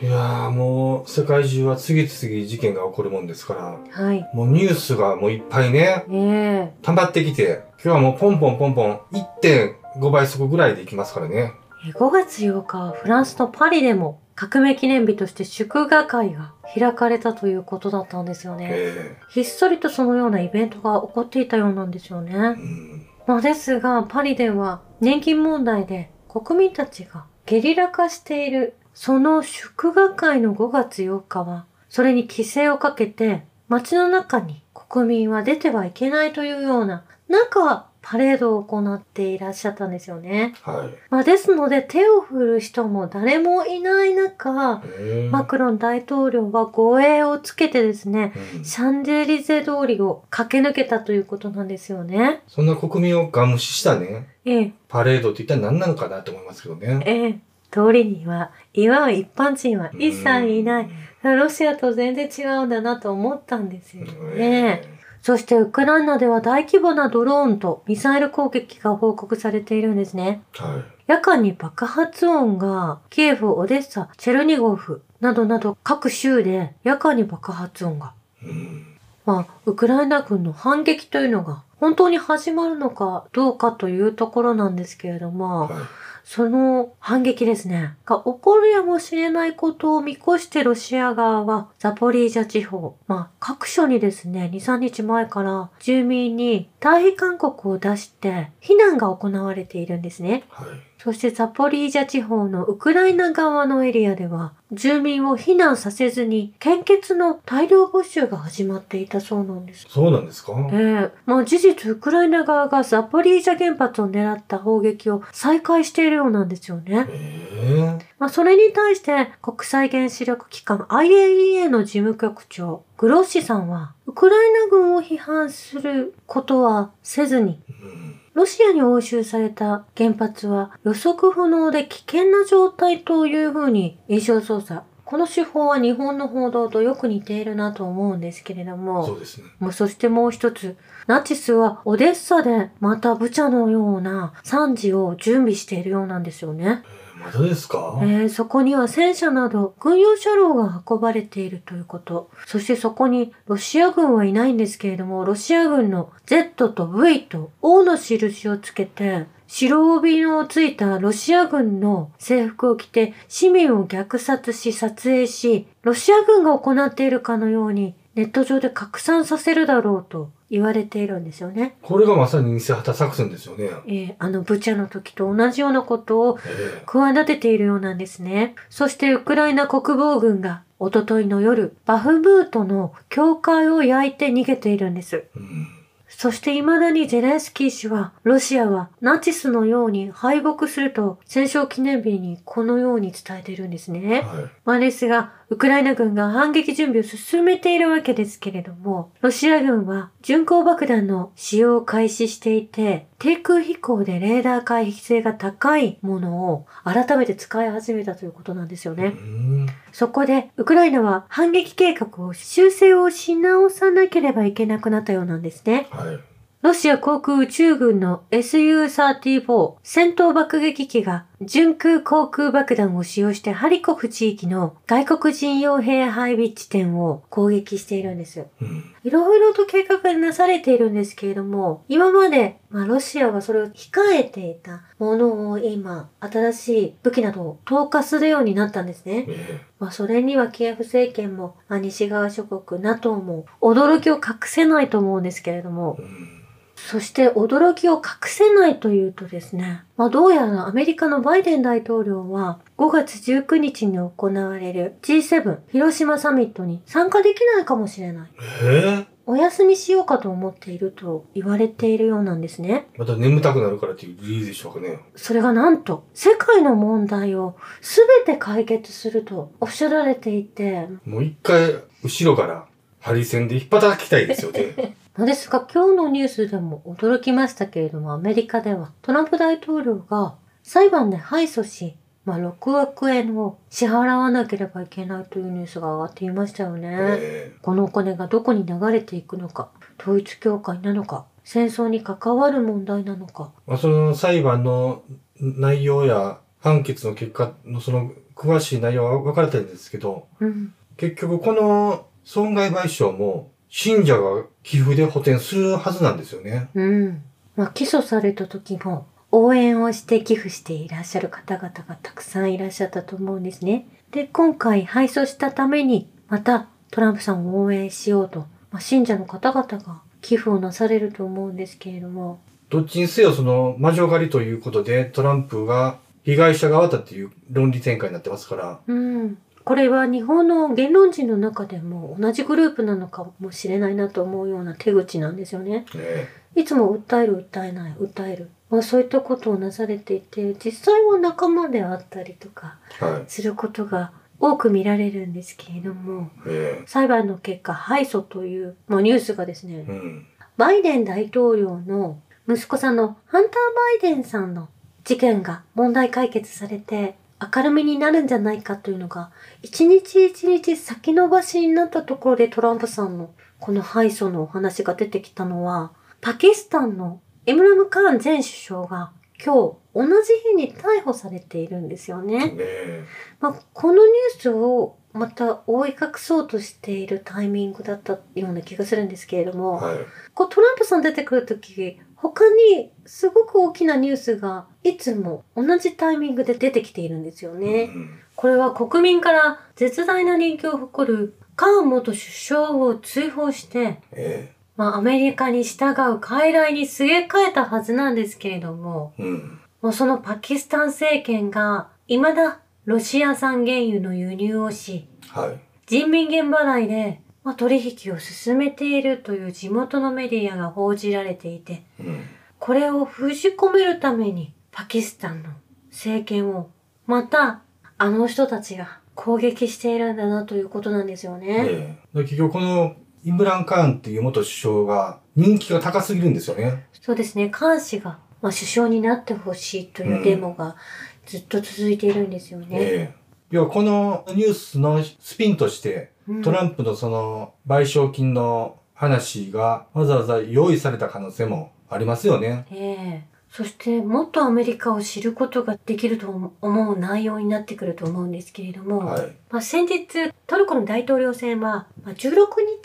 いやーもう世界中は次々事件が起こるもんですから、はい。もうニュースがもういっぱいね、ええ溜まってきて、今日はもうポンポンポンポン1.5倍速ぐらいでいきますからね。え5月8日、フランスのパリでも革命記念日として祝賀会が開かれたということだったんですよね。えひっそりとそのようなイベントが起こっていたようなんですよえね。うん。まあですが、パリでは年金問題で国民たちがゲリラ化している、その祝賀会の5月8日は、それに規制をかけて、街の中に国民は出てはいけないというような、中、パレードを行っていらっしゃったんですよね。はい。まあ、ですので手を振る人も誰もいない中、うんマクロン大統領は護衛をつけてですね、うんシャンゼリゼ通りを駆け抜けたということなんですよね。そんな国民をが無視したね、ええ、パレードって一体何なのかなと思いますけどね。ええ、通りには、いわゆる一般人は一切いない。ロシアと全然違うんだなと思ったんですうん。よね。えそしてウクライナでは大規模なドローンとミサイル攻撃が報告されているんですね。えはい。夜間に爆発音が、キエフ、オデッサ、チェルニゴフなどなど各州で夜間に爆発音が。うん。まあ、ウクライナ軍の反撃というのが本当に始まるのかどうかというところなんですけれども、はその反撃ですね、が起こるやもしれないことを見越してロシア側はザポリージャ地方、まあ、各所にですね、2、3日前から住民に退避勧告を出して避難が行われているんですね。い。はい。そしてザポリージャ地方のウクライナ側のエリアでは、住民を避難させずに献血の大量募集が始まっていたそうなんです。そうなんですかええまあ事実、ウクライナ側がザポリージャ原発を狙った砲撃を再開しているようなんですよね。えまあそれに対して国際原子力機関 IAEA の事務局長、グロッシさんは、ウクライナ軍を批判することはせずに、えうん。ロシアに押収された原発は予測不能で危険な状態というふうに印象操作。この手法は日本の報道とよく似ているなと思うんですけれどそも、うですね。もうそしてもう一つ、ナチスはオデッサでまたブチャのような惨事を準備しているようなんですよね。まだですか、えーそこには戦車など軍用車両が運ばれているということ。そしてそこにロシア軍はいないんですけれども、ロシア軍の Z と V と O の印をつけて、白帯のついたロシア軍の制服を着て市民を虐殺し撮影し、ロシア軍が行っているかのようにネット上で拡散させるだろうと言われているんですよね。これがまさに偽旗作戦ですよね。えーあのブチャの時と同じようなことをえ企てているようなんですね。そしてウクライナ国防軍がおとといの夜、バフムートの教会を焼いて逃げているんです。えうん。そして未だにゼレンスキー氏は、ロシアはナチスのように敗北すると戦勝記念日にこのように伝えているんですね。はまあですが、ウクライナ軍が反撃準備を進めているわけですけれども、ロシア軍は巡航爆弾の使用を開始していて、低空飛行でレーダー回避性が高いものを改めて使い始めたということなんですよい。うね。ん。そこで、ウクライナは反撃計画を修正をし直さなければいけなくなったようなんですね。はい。ロシア航空宇宙軍の SU-34 戦闘爆撃機が準空航空爆弾を使用してハリコフ地域の外国人傭兵配備地点を攻撃しているんです。うん。いろいろと計画がなされているんですけれども、今まで、まあ、ロシアはそれを控えていたものを今、新しい武器などを投下するようになったんですね。えまあ、それにはキエフ政権も、まあ、西側諸国、NATO も驚きを隠せないと思うんですけれどもえ、うん。そして驚きを隠せないというとですね、まあ、どうやらアメリカのバイデン大統領は5月19日に行われる G7 広島サミットに参加できないかもしれない。ええお休みしようかと思っていると言われているようなんですね。また眠たくなるからっていう理由でしょうかね。それがなんと世界の問題を全て解決するとおっしゃられていて、もう一回、後ろから、ハリセンで引っ叩きたいですよね。まあですが今日のニュースでも驚きましたけれどもアメリカではトランプ大統領が裁判で敗訴し、まあ、6億円を支払わなければいけないというニュースが上がっていましたよね。えこのお金がどこに流れていくのか統一教会なのか戦争に関わる問題なのかえまあ、その裁判の内容や判決の結果のその詳しい内容は分かれてるんですけど、うん。結局この損害賠償も信者が寄付で補填するはずなんですよね。うん。まあ、起訴された時も、応援をして寄付していらっしゃる方々がたくさんいらっしゃったと思うんですね。で、今回敗訴したために、またトランプさんを応援しようと、まあ、信者の方々が寄付をなされると思うんですけれども、どっちにせよその魔女狩りということでトランプが被害者側だっていう論理展開になってますから、うん。これは日本の言論人の中でも同じグループなのかもしれないなと思うような手口なんですよね。ねいつも訴える訴えない訴える、まあ、そういったことをなされていて実際は仲間であったりとかはい。することが多く見られるんですけれどもえ裁判の結果敗訴という、まあ、ニュースがですねえうん。バイデン大統領の息子さんのハンター・バイデンさんの事件が問題解決されて明るみになるんじゃないかというのが一日一日先延ばしになったところでトランプさんのこの敗訴のお話が出てきたのはパキスタンのエムラム・カーン前首相が今日同じ日に逮捕されているんですよねね。えまあ、このニュースをまた覆い隠そうとしているタイミングだったような気がするんですけれども、はい。こうトランプさん出てくるとき、他にすごく大きなニュースがいつも同じタイミングで出てきているんですよね。うんこれは国民から絶大な人気を誇るカーン元首相を追放して、えまあアメリカに従う傀儡にすげ替えたはずなんですけれども、えうん。もうそのパキスタン政権が未だロシア産原油の輸入をし、はい。人民元払いで、まあ、取引を進めているという地元のメディアが報じられていて、うん。これを封じ込めるためにパキスタンの政権をまたあの人たちが攻撃しているんだなということなんですよね。ええで結局このイムラン・カーンっていう元首相が人気が高すぎるんですよね。そうですね、カーン氏が、まあ、首相になってほしいというデモがずっと続いているんですよね。ええ要はこのニュースのスピンとして、うんトランプのその賠償金の話がわざわざ用意された可能性もありますよね。ええそしてもっとアメリカを知ることができると思う内容になってくると思うんですけれども、はい。まあ、先日トルコの大統領選は、まあ、16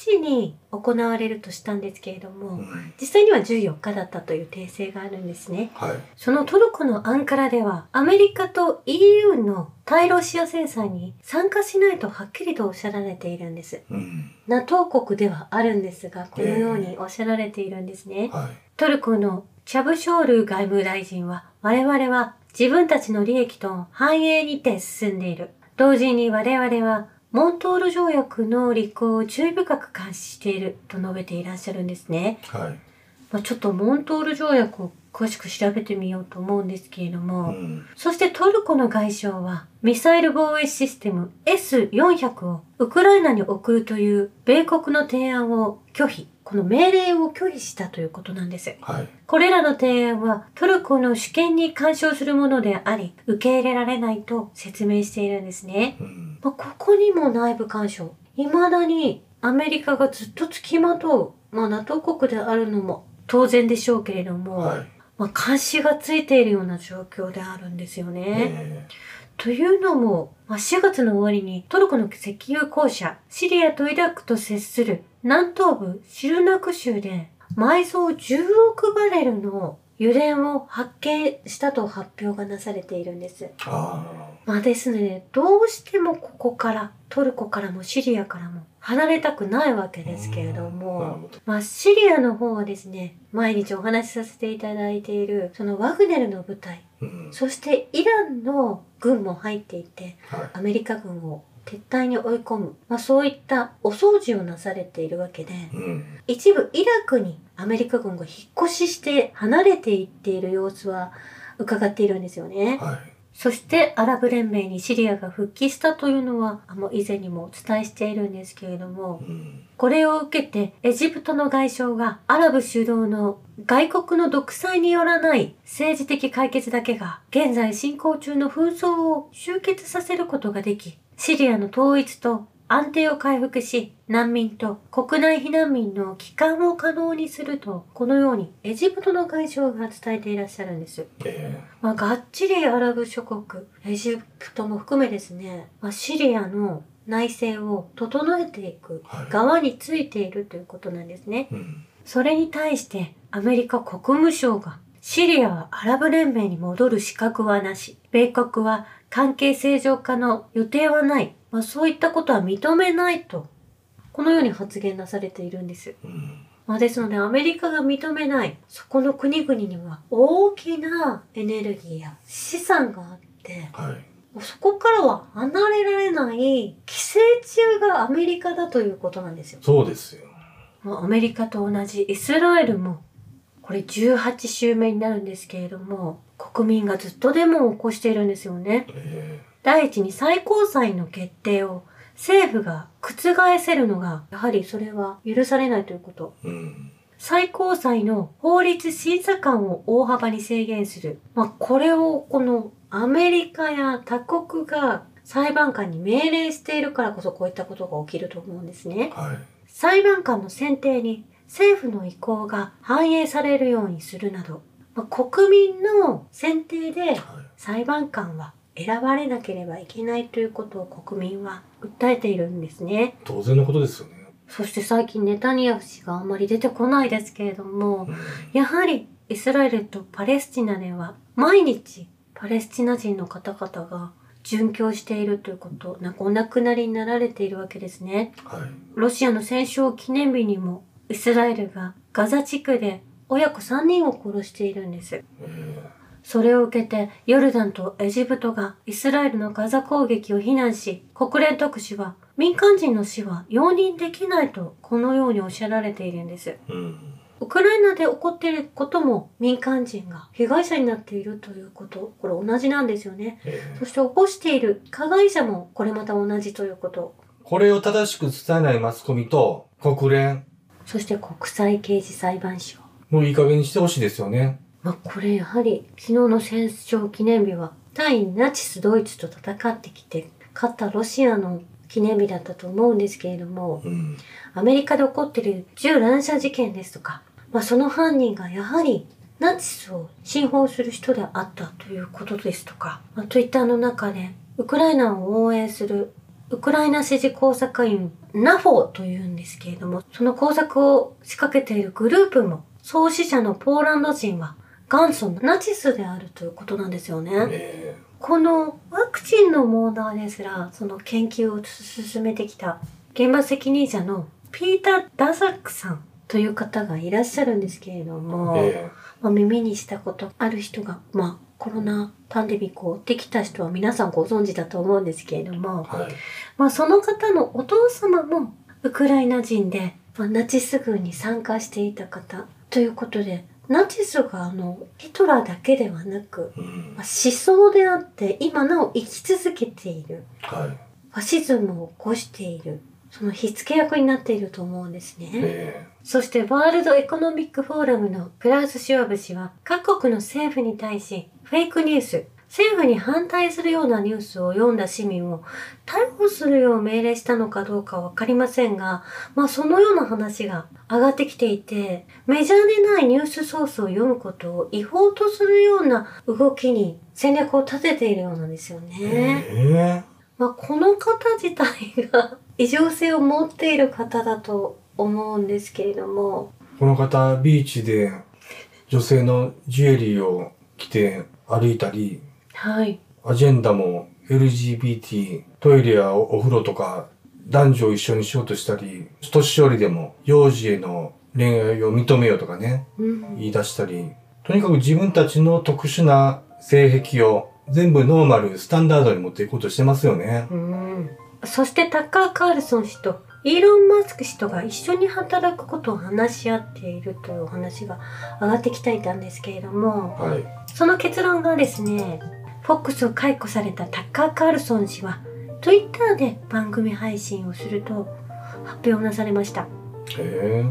日に行われるとしたんですけれども、うん実際には14日だったという訂正があるんですね。はい。そのトルコのアンカラでは、アメリカと EU の対ロシア制裁に参加しないとはっきりとおっしゃられているんです。うん。 NATO 国ではあるんですが、このようにおっしゃられているんですね。はい。トルコのチャブショール外務大臣は、我々は自分たちの利益と繁栄にて進んでいる。同時に我々は、モントール条約の履行を注意深く監視していると述べていらっしゃるんですね。はい。まあ、ちょっとモントール条約を詳しく調べてみようと思うんですけれども、うん。そしてトルコの外相はミサイル防衛システム S400 をウクライナに送るという米国の提案を拒否、この命令を拒否したということなんです。はい。これらの提案はトルコの主権に干渉するものであり、受け入れられないと説明しているんですね。うん。まあ、ここにも内部干渉。未だにアメリカがずっと付きまとう、まあ、NATO 国であるのも当然でしょうけれども、はい。まあ、監視がついているような状況であるんですよね。えというのも、まあ、4月の終わりにトルコの石油公社、シリアとイラクと接する南東部シルナク州で埋蔵10億バレルの油田を発見したと発表がなされているんです。えあまあですね、どうしてもここから、トルコからもシリアからも離れたくないわけあ。ですけれども、うんなるほど。まあ、シリアの方はですね、毎日お話しさせていただいている、そのワグネルの部隊、うん。そしてイランの軍も入っていて、はい。アメリカ軍を撤退に追い込む、まあ、そういったお掃除をなされているわけで、うん。一部イラクにアメリカ軍が引っ越しして離れていっている様子は伺っているんですよね。はい。そしてアラブ連盟にシリアが復帰したというのは、あもう以前にもお伝えしているんですけれども、うん。これを受けてエジプトの外相がアラブ主導の外国の独裁によらない政治的解決だけが現在進行中の紛争を終結させることができ、シリアの統一と安定を回復し、難民と国内避難民の帰還を可能にすると、このようにエジプトの外相が伝えていらっしゃるんです。えまあ、がっちりアラブ諸国、エジプトも含めですね、まあ、シリアの内政を整えていくはい側についているということなんですね。えうん。それに対してアメリカ国務省がシリアはアラブ連盟に戻る資格はなし、米国は関係正常化の予定はない、まあ、そういったことは認めないと、このように発言なされているんです。うん。まあ、ですのでアメリカが認めないそこの国々には大きなエネルギーや資産があってはい。もうそこからは離れられない寄生虫がアメリカだということなんですよ。そうですよ。まあアメリカと同じイスラエルもこれ18週目になるんですけれども国民がずっとデモを起こしているんですよね。え第一に最高裁の決定を政府が覆せるのがやはりそれは許されないということ。えうん。最高裁の法律審査官を大幅に制限する。まあ、これをこのアメリカや他国が裁判官に命令しているからこそこういったことが起きると思うんですね。はい。裁判官の選定に政府の意向が反映されるようにするなど、まあ、国民の選定ではい。裁判官は選ばれなければいけないということを国民は訴えているんですね。当然のことですよね。そして最近ネタニヤフ氏があんまり出てこないですけれども、うん。やはりイスラエルとパレスチナでは毎日パレスチナ人の方々が殉教しているということ、なんかお亡くなりになられているわけですね。はい。ロシアの戦勝記念日にもイスラエルがガザ地区で親子3人を殺しているんです。ええそれを受けてヨルダンとエジプトがイスラエルのガザ攻撃を非難し、国連特使は民間人の死は容認できないとこのようにおっしゃられているんです。うん。ウクライナで起こっていることも民間人が被害者になっているということ、これ同じなんですよね。えそえして起こしている加害者もこれまた同じということ。これを正しく伝えないマスコミと国連、そして国際刑事裁判所。もういい加減にしてほしいですよね。まあ、これやはり昨日の戦勝記念日は対ナチスドイツと戦ってきて勝ったロシアの記念日だったと思うんですけれどもうん。アメリカで起こっている銃乱射事件ですとか、まあ、その犯人がやはりナチスを信奉する人であったということですとか、まあ、ツイッターの中でウクライナを応援するウクライナ支持工作員ナフォーというんですけれども、その工作を仕掛けているグループも、創始者のポーランド人は元祖ナチスであるということなんですよね。えこのワクチンの問題ですら、その研究を進めてきた現場責任者のピーター・ダザックさんという方がいらっしゃるんですけれどえも、えまあ、耳にしたことある人が、まあ、コロナパンデミックを追ってきた人は皆さんご存知だと思うんですけれどもえ、はい。まあ、その方のお父様もウクライナ人で、まあ、ナチス軍に参加していた方ということでナチスがあのヒトラーだけではなく、うんまあ。思想であって今なお生き続けているはい。ファシズムを起こしているその火付け役になっていると思うんですね。えそしてワールドエコノミックフォーラムのクラウス・シュワブ氏は各国の政府に対しフェイクニュース、政府に反対するようなニュースを読んだ市民を逮捕するよう命令したのかどうかわかりませんが、まあそのような話が上がってきていて、メジャーでないニュースソースを読むことを違法とするような動きに戦略を立てているようなんですよね。ええまあ、この方自体が異常性を持っている方だと思うんですけれども、えこの方、ビーチで女性のジュエリーを着て歩いたり、はい。アジェンダも LGBT、トイレやお風呂とか、男女を一緒にしようとしたり、年寄りでも幼児への恋愛を認めようとかね、うん。言い出したり、とにかく自分たちの特殊な性癖を全部ノーマル、スタンダードに持っていこうとしてますよね。うん。そしてタッカー・カールソン氏とイーロン・マスク氏とが一緒に働くことを話し合っているというお話が上がってきていたんですけれども、はい。その結論がですね、FOX を解雇されたタッカー・カールソン氏は Twitter で番組配信をすると発表なされました。へえ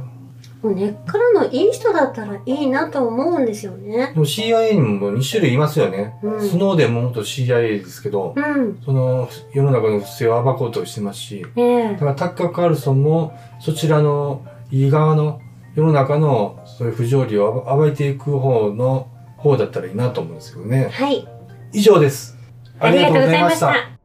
もう根っからのいい人だったらいいなと思うんですよでね。も CIA にも2種類いますよね。うんスノーデンも元 CIA ですけど、うん。その世の中の不正を暴こうとしてますし、ええだからタッカー・カールソンもそちらのいい側の世の中のそういう不条理を暴暴いていく方の方だったらいいなと思うんですけどね。はい。以上です。ありがとうございました。